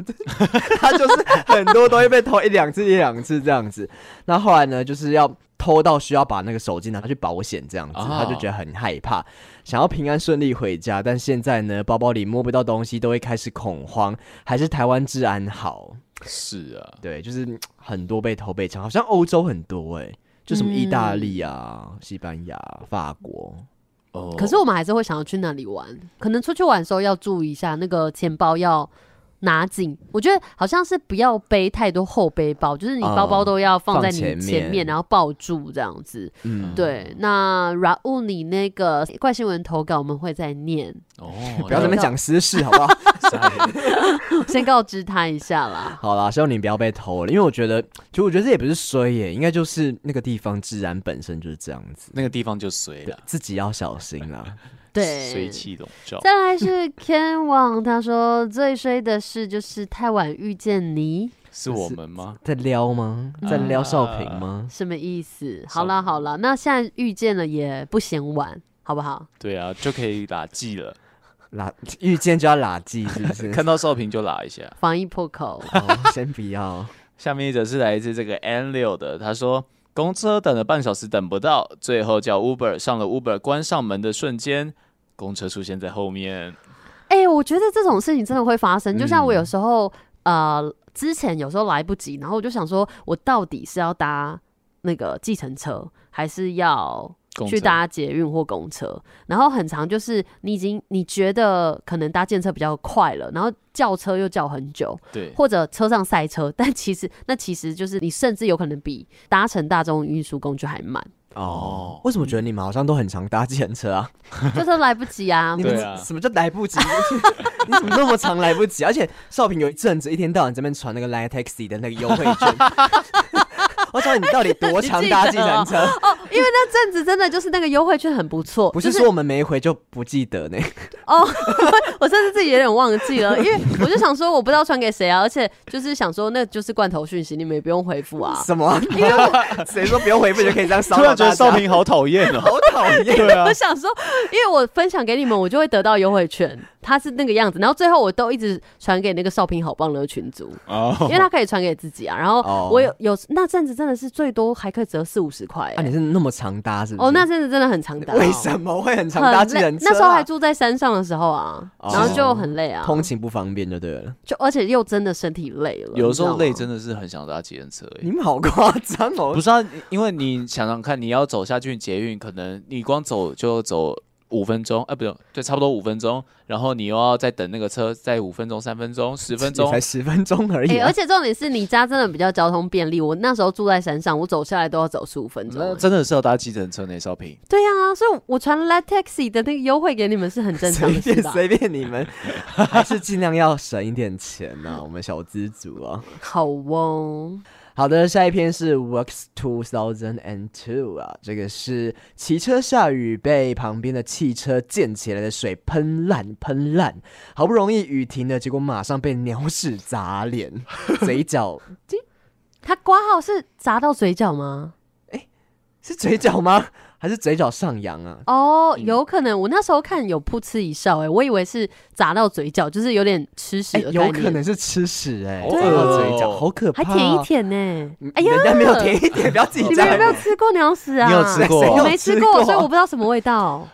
他就是很多东西被偷一两次一两次这样子。那后来呢，就是要偷到需要把那个手机拿去保险这样子，啊他就觉得很害怕，想要平安顺利回家。但现在呢，包包里摸不到东西，都会开始恐慌，还是台湾治安好。是啊，对，就是嗯很多被偷被抢，好像欧洲很多哎、就什么意大利啊、西班牙、法国，哦， 可是我们还是会想要去那里玩。可能出去玩的时候要注意一下，那个钱包要拿紧。我觉得好像是不要背太多后背包，就是你哦包包都要放放在你前前面，面然后抱住这样子。嗯，对，那 Raul 你那个怪新闻投稿我们会再念，哦，不要在那边讲私事好不好？先告知他一下啦。 好啦，希望你不要被偷了，因为我觉得，其实我觉得这也不是衰耶、应该就是那个地方治安本身就是这样子，那个地方就随对了，自己要小心啦。对，随气笼罩。再来是 Ken Wang，他说最衰的事就是太晚遇见你，是我们吗？在撩吗？在撩少平吗？什么意思？好啦好啦，那现在遇见了也不嫌晚，好不好？对啊，就可以打记了，拉遇见就要拉记，是 不是？看到少平就拉一下。防疫破口，哦，先不要。下面一则是来自这个 N 六的，他说公车等了半小时等不到，最后叫 Uber，上了 Uber 关上门的瞬间，公车出现在后面。哎、我觉得这种事情真的会发生，就像我嗯有时候、呃，之前有时候来不及，然后我就想说，我到底是要搭那个计程车，还是要公车去搭捷运或公车？然后很长就是你已经你觉得可能搭建车比较快了，然后叫车又叫很久，对，或者车上塞车，但其实那其实就是你甚至有可能比搭乘大众运输工具还慢，哦哦，为什么觉得你们好像都很常搭计程车啊？ 就是来不及啊你。们对啊什么叫来不及？ 你怎么那么常来不及？而且少平有一阵子一天到晚这边传那个 Line Taxi 的那个优 惠券，我想你到底多常搭计程车？哦，因为那阵子真的就是那个优惠券很不错，不就是说我们没回就不记得呢？哦，我甚至自己有点忘记了，因为我就想说我不知道传给谁啊，而且就是想说那就是罐头讯息，你们也不用回复啊。什么？ 谁说不用回复就可以这样骚突扰然觉大家？得少平好讨厌 哦。好讨厌。对啊我，想说，因为我分享给你们，我就会得到优惠券，他是那个样子。然后最后我都一直传给那个少平好棒的群组，因哦，为他可以传给自己啊。然后哦我有有那阵子真的是最多还可以折四五十块欸、啊，你是那么常搭是不是？哦，那阵子真的很常打，为什么会很常搭很计累程车、啊？那时候还住在山上的时候啊，哦然后就很累啊，通勤不方便就对了。就而且又真的身体累了，有时候累着。真的是很想搭计程车欸。你们好夸张哦！不是啊，因为你想想看，你要走下去捷运，可能你光走就走五分钟，哎、不对，对，差不多五分钟，然后你又要再等那个车，再五分钟、三分钟、十分钟才，十分钟而已、哎、啊而且重点是你家真的比较交通便利。我那时候住在山上，我走下来都要走十五分钟、那欸。真的是要搭计程车呢，少平。对呀、啊，所以我传 Let Taxi 的那个优惠给你们是很正常随的事便吧？随便你 们，还是尽量要省一点钱啊呐、我们小资族啊。好哦，好的，下一篇是 Works Two Thousand and Two 啊，这个是骑车下雨被旁边的汽车溅起来的水喷烂喷烂，好不容易雨停了，结果马上被鸟屎砸脸， 嘴角他挂号是砸到嘴角吗？是嘴角吗？还是嘴角上扬啊？哦、有可能。我那时候看有噗嗤一笑、欸，哎，我以为是砸到嘴角，就是有点吃屎哎、的概念，有可能是吃屎哎、对砸到嘴角，哦好可怕、还哦！舔一舔呢、嗯，哎呀，人家没有舔一舔，不要自己你加们有没有油。吃过鸟屎啊？你有吃过谁我有没吃过过，啊，所以我不知道什么味道，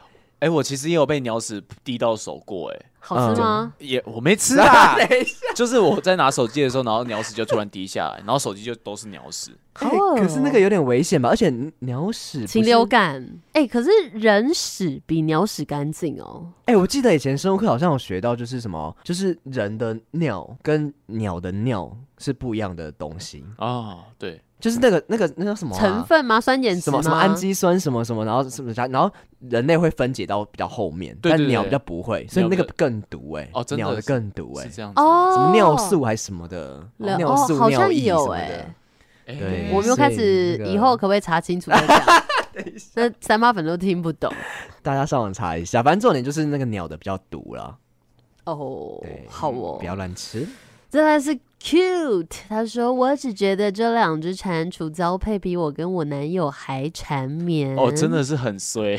哎、我其实也有被鸟屎滴到手过、哎，好吃吗？也我没吃 啊等一下 就是我在拿手机的时候，然后鸟屎就突然滴下来，然后手机就都是鸟屎。好哎恶可是那个有点危险吧？而且鸟屎不禽是流感，哎、可是人屎比鸟屎干净哦。哎、我记得以前生物课好像有学到，就是什么，就是人的尿跟鸟的尿是不一样的东西，哦，对，就是那个那个那叫什么啊、成分吗？酸碱值什吗？么什么氨基酸什么什么，然后什么啥，然后人类会分解到比较后面，对对对但鸟比较不会，所以那个更毒哎、哦真的鸟的是更毒哎、是这样子。哦，什么尿素还是什么的，了尿素、哦好像尿液什有么哎的。哎对我们又所以开始那个以后可不可以查清楚再 讲？那三八粉都听不懂大家上网查一下，反正重点就是那个鸟的比较毒了，哦对，。嗯好哦不，要乱吃。这来是 cute，他说我只觉得这两只蟾蜍交配比我跟我男友还缠绵哦，真的是很 衰、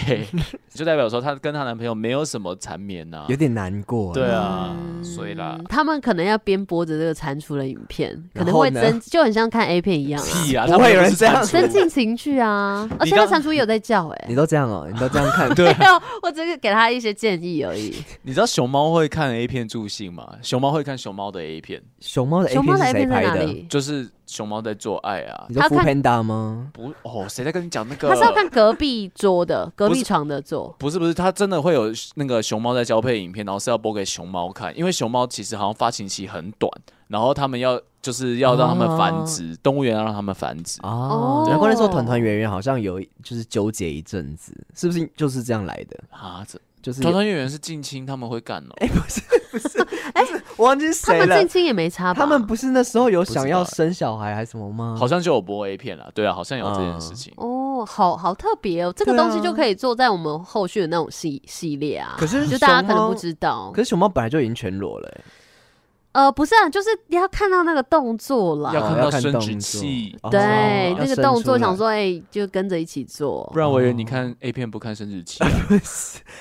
就代表说她跟她男朋友没有什么缠绵呐、有点难过。对，啊，衰啦嗯。他们可能要边播着这个蟾蜍的影片，可然能后会呢增，就很像看 A 片一样啊，屁啊，不他们会有又人是这样蟾蜍增进情趣啊。啊，你现在刚蟾蜍也有在叫哎、你都这样哦、你都这样 看，对 没有，我只是给他一些建议而已。你知道熊猫会看 A 片助兴吗？熊猫会看熊猫的 A 片，熊猫的 A 熊猫片的是 A 谁片在拍哪的？里？就是熊猫在做爱啊你。说他 Food 看 Panda 吗？不，哦，谁在跟你讲那个？他是要看隔壁桌的、隔不壁是床的坐。不是不是，他真的会有那个熊猫在交配影片，然后是要播给熊猫看，因为熊猫其实好像发情期很短，然后他们要就是要让它们繁殖，动物园要让它们繁殖。哦哦，难怪那时候团团圆圆好像有一就是纠结一阵子，是不是就是这样来的？啊，这就是团团圆圆是近亲，他们会干哦、哎、不是不是，哎、我忘记他谁们了近。亲也没差吧？他们不是那时候有想要不知道生小孩还是什么吗？好像就有播 A 片啦，对啊，好像有这件事情。哦，好好特别哦，这个对啊东西就可以做在我们后续的那种系系列啊。可是就大家可熊能猫不知道，可是熊猫本来就已经全裸了、哎呃，不是啊，就是要看到那个动作啦。要看到哦生动殖作器哦对，要那个生动出作来想说，哎、就跟着一起做不。然我以为你看 A 片不看生殖 器、啊，欸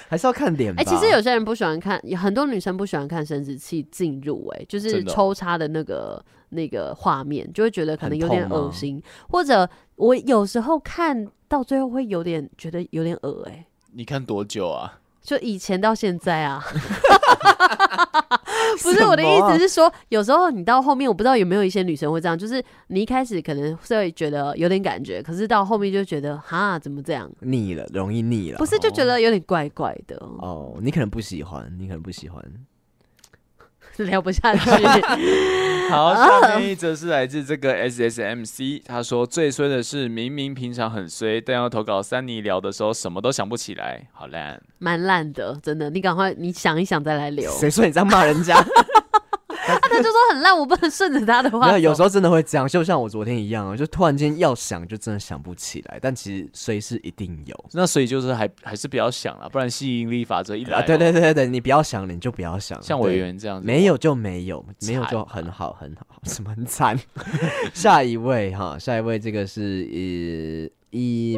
还是要看脸吧。哎、其哦 实有些人不喜欢看，有很多女生不喜欢看生殖器进入、哎，就是真的哦抽插的那个那个画面，就会觉得可能有点很痛吗恶心，哦或者我有时候看到最后会有点觉得有点恶哎、你看多久 啊？就以前到现在 啊， 不是什么啊我的意思是说，有时候你到后面，我不知道有没有一些女生会这样，就是你一开始可能会觉得有点感觉，可是到后面就觉得哈怎么这样，腻了，容易腻了。不是就觉得有点怪怪的，哦，你可能不喜欢，你可能不喜欢。 聊不下 去。好，下面一则是来自这个 S S M C，他说最衰的是明明平常很衰，但要投稿三尼聊的时候什么都想不起来，好烂。蛮烂的，真的。你赶快，你想一想再来留。谁说你这样骂人家？啊他就说很烂，我不能顺着他的话没走。有，有时候真的会这样，就像我昨天一样啊，就突然间要想，就真的想不起来。但其实随时一定有那所以就是还还是不要想了，不然吸引力法则一来、哦啊，对对对对对，你不要想了，你就不要想了。像对委员这样子，没有就没有，没有惨就很好很好， 什么很惨？下一位哈，下一位这个是呃。e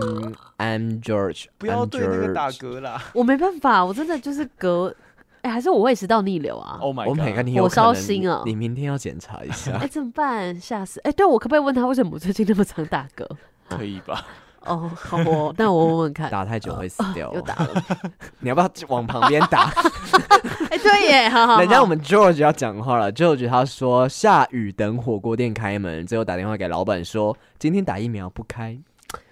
I'm George，不要 I'm 对那个打 George 嗝啦，我没办法，我真的就是隔，哎、还是我胃食道逆流啊。 ，Oh my Oh my god！ god，你有火可烧能心哦你明天要检查一哎、下。怎么办？吓死！哎、对我可不可以问他为什么我最近那么常打嗝？ 可以吧？哦，好哦，那我问问看。啊打太久会死 掉、哦又打了，你要不要往旁边打？哎、对耶，好好好人家我们 George 要讲话了，George 他说下雨等火锅店开门，最后打电话给老板说今天打疫苗不开。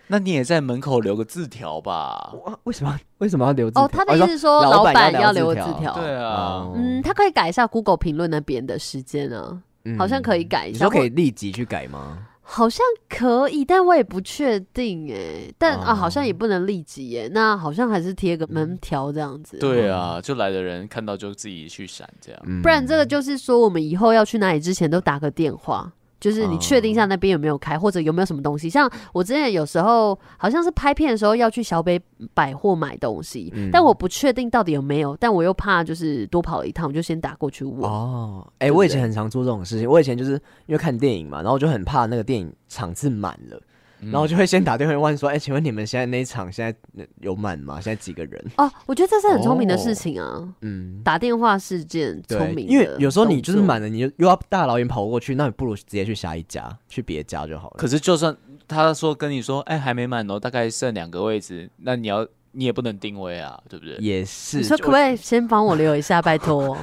那你也在门口留个字条吧。哇，为什么为什么要留字条？哦，他的意思是说哦老板要留字字条。对哦啊，嗯，他可以改一下 Google 评论那边的时间啊，嗯好像可以。改一你下。说可或以立即去改吗？好像可以，但我也不确定哎、但、啊，哦嗯好像也不能立即耶、那好像还是贴个门条这样子。对啊，就来的人看到就自己去闪这样。嗯不然这个就是说，我们以后要去哪里之前都打个电话，就是你确定一哦下那边有没有开，或者有没有什么东西。像我之前有时候好像是拍片的时候要去小北百货买东西，嗯但我不确定到底有没有，但我又怕就是多跑了一趟，我就先打过去问。哦，哎、对不我以前对很常做这种事情。我以前就是因为看电影嘛，然后我就很怕那个电影场次满了，嗯然后就会先打电话问说：“哎、请问你们现在那一场现在呃有满吗？现在几个人哦，我觉得这是很聪明的哦事情啊，？”嗯，打电话是件对聪明的动作，因为有时候你就是满了，你就又要大老远跑过去，那你不如直接去下一家，去别家就好了。可是就算他说跟你说，哎，还没满哦，大概剩两个位置，那你要你也不能定位啊，对不对？也是，你说就可不可以先帮我留一下，拜 托，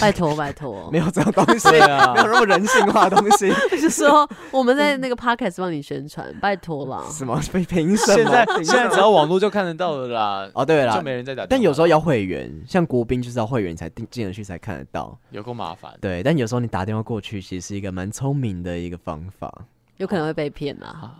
拜托，拜托没。有这种东 西，对啊 没有那么人性化的东 西。就说我们在那个 podcast 帮你宣传，拜托啦。什么？凭凭什么？现 在现在只要网络就看得到了啦，哦， 对就了没。人在打电话。但有时候要会员，像国宾就是要会员才进进得去才看得到。有够麻烦。对，但有时候你打电话过去，其实是一个蛮聪明的一个方法。有可能会被骗啦，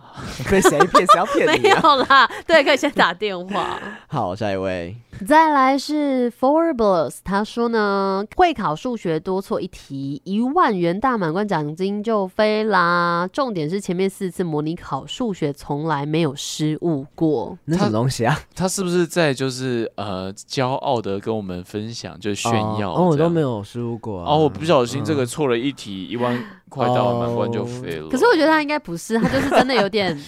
被谁骗？谁要骗没你、啊？有啦，对，可以先打电话。 好，下一位。 再来是 Forbes，他说呢，会考数学多错一题，一万元大满贯奖金就飞啦。重点是前面四次模拟考数学从来没有失误过。那什么东西啊？他是不是在就是呃骄傲的跟我们分享，就是炫耀？哦，我都没有。有输过、啊。哦，我不小心这个错了一题，一万块大完哦满贯就飞了。可是我觉得他应该不是，他就是真的有 点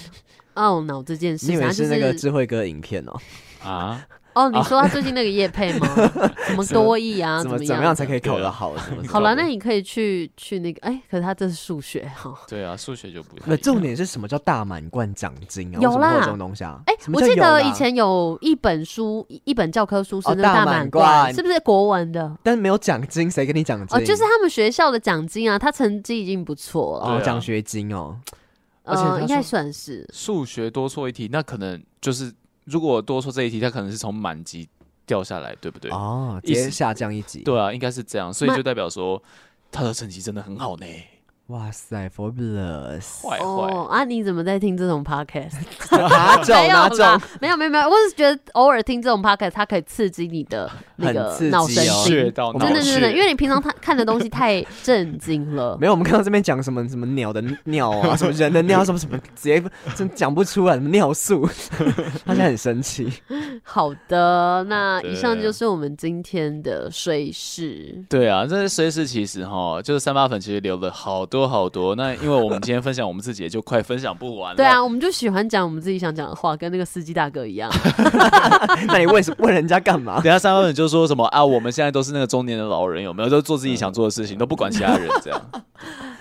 懊恼这件事你以情。为他就是那个智慧哥影片哦？啊，哦，你说他最近那个叶配 吗？什么多益啊？怎么么怎么样样才可以考得好？ 什么好了，那你可以去去那个，哎、可是他这是数学哈。对啊，数学就不太一 那样重点是什么叫大满贯奖金啊？有为什么会啦这种东西啊？哎、什么我叫记有得啦以，前有一本书，一一本教科书是哦那个大满满贯，贯是不是国文的？但是没有奖金，谁给你奖金？哦，就是他们学校的奖金啊，他成绩已经不错了，哦对啊奖学金哦。而且他呃，说应该算是。数学多错一题，那可能就是如果多错这一题，它可能是从满级掉下来，对不对？哦，直意思接下降一级。对啊，应该是这样，所以那就代表说他的成绩真的很好呢，哇塞，Fabulous！坏哦坏。啊！你怎么在听这种 podcast？ 哪种没有哪啦种？，没有没有没有，我只是觉得偶尔听这种 podcast，它可以刺激你的那很个刺激脑神哦经。啊血到脑真的真的，血因为你平常看看的东西太震惊了。 没有，我们看到这边讲什么什么鸟的尿 啊，什么人的尿，什么什么，直接真讲不出来，什么尿素， 他现在很生气。 好的，那的以上就是我们今天的水事。对啊，这虽是其实哈，就是三八粉其实留了好多好多。那因为我们今天分享我们自己，也就快分享不完了。对啊，我们就喜欢讲我们自己想讲的话，跟那个司机大哥一样。 那你问什问人家干嘛？ 等一下三八粉就说什么啊，我们现在都是那个中年的老人，有没有？就做自己想做的事情，都不管其他人这样。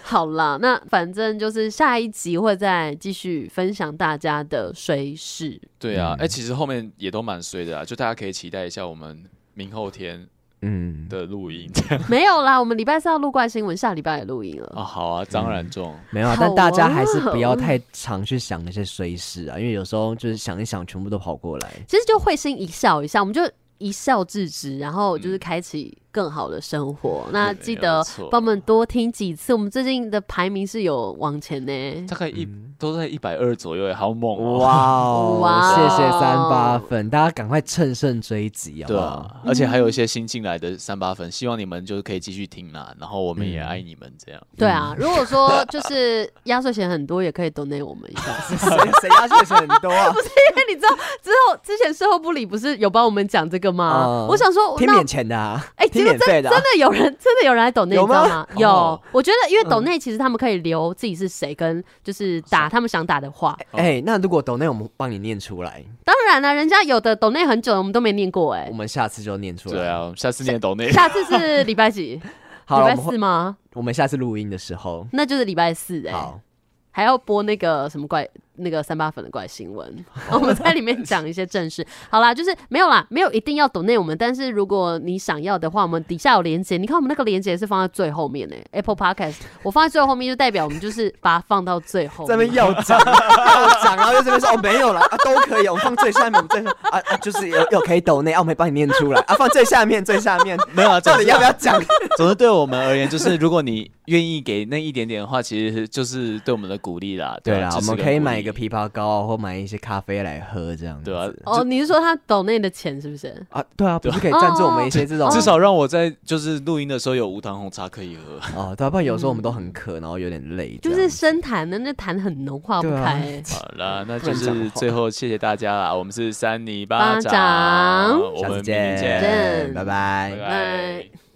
好啦，那反正就是下一集会再继续分享大家的水 事。对啊，哎、其实后面也都蛮衰的啊，就大家可以期待一下我们明后天嗯，的录音这样没有啦，我们礼拜三要录怪新闻，下礼拜也录音了。啊。好啊，张然中，没有，啊，好但大家还是哦不要太常去想那些衰事啊，因为有时候就是想一想，全部都跑过来。其实就会心一笑一下，我们就一笑置之，然后就是开启更好的生活。那记嗯没有得错帮我们多听几次，我们最近的排名是有往前呢。大概一、都在一百二左右耶，好猛哦！哇哦，哇谢谢三八粉，大家赶快乘胜追击，好对不好？啊，而且还有一些新进来的三八粉，希望你们就是可以继续听啦，然后我们也爱你们这样。对啊，如果说就是压岁钱很多，也可以 donate 我们一下。谁谁压岁钱很多 啊？因为你知道之后之前事后不理不是有帮我们讲这个吗？嗯我想说，听那免钱的啊，哎，听结果免真费真的啊，的有人 真的有人来抖内，你有知道吗嗯吗？有哦，我觉得因为抖内其实他们可以留自己是谁，跟就是打啊他们想打的话。哦哎，那如果抖内我们帮你念出来，当然啦，人家有的抖内很久了，我们都没念过哎 我。们下次就念出来。对，啊，下次念抖 内。下次是礼拜几？礼好了，我拜们四会吗？我们下次录音的时候，那就是礼拜四哎，好，还要播那个什么怪那个三八粉的怪新闻， 我们在里面讲一些正事。好啦，就是没有啦，没有一定要抖内我们，但是如果你想要的话，我们底下有连接。你看我们那个连接是放在最后面呢、a p p l e Podcast 我放在最后面就代表我们就是把它放到最后在那面边要涨哦 要涨，然后又这边说哦没有啦，啊都可以，我们放最下面，我们最下啊啊就是有有可以抖内，啊我们也帮你念出来啊放最下面最下面， 没有啊，总到底之要不要讲？总之对我们而言，就是如果你愿意给那一点点的话，其实就是对我们的鼓励啦。对啊啦，只我是们可鼓励以买一个枇杷膏或买一些咖啡来喝这样子。对啊哦，你是说他抖内的钱是不是？啊，对啊，不是可以赞助我们一些这种哦至少让我在就是录音的时候有无糖红茶可以 喝。哦，对啊，不然有时候我们都很渴，然后有点累这就样，是深谈的那谈很浓，化不对啊开、欸。好了，那不就能讲是话最后谢谢大家啦，我们是三尼巴掌，掌我下们次明天见，见拜拜拜拜。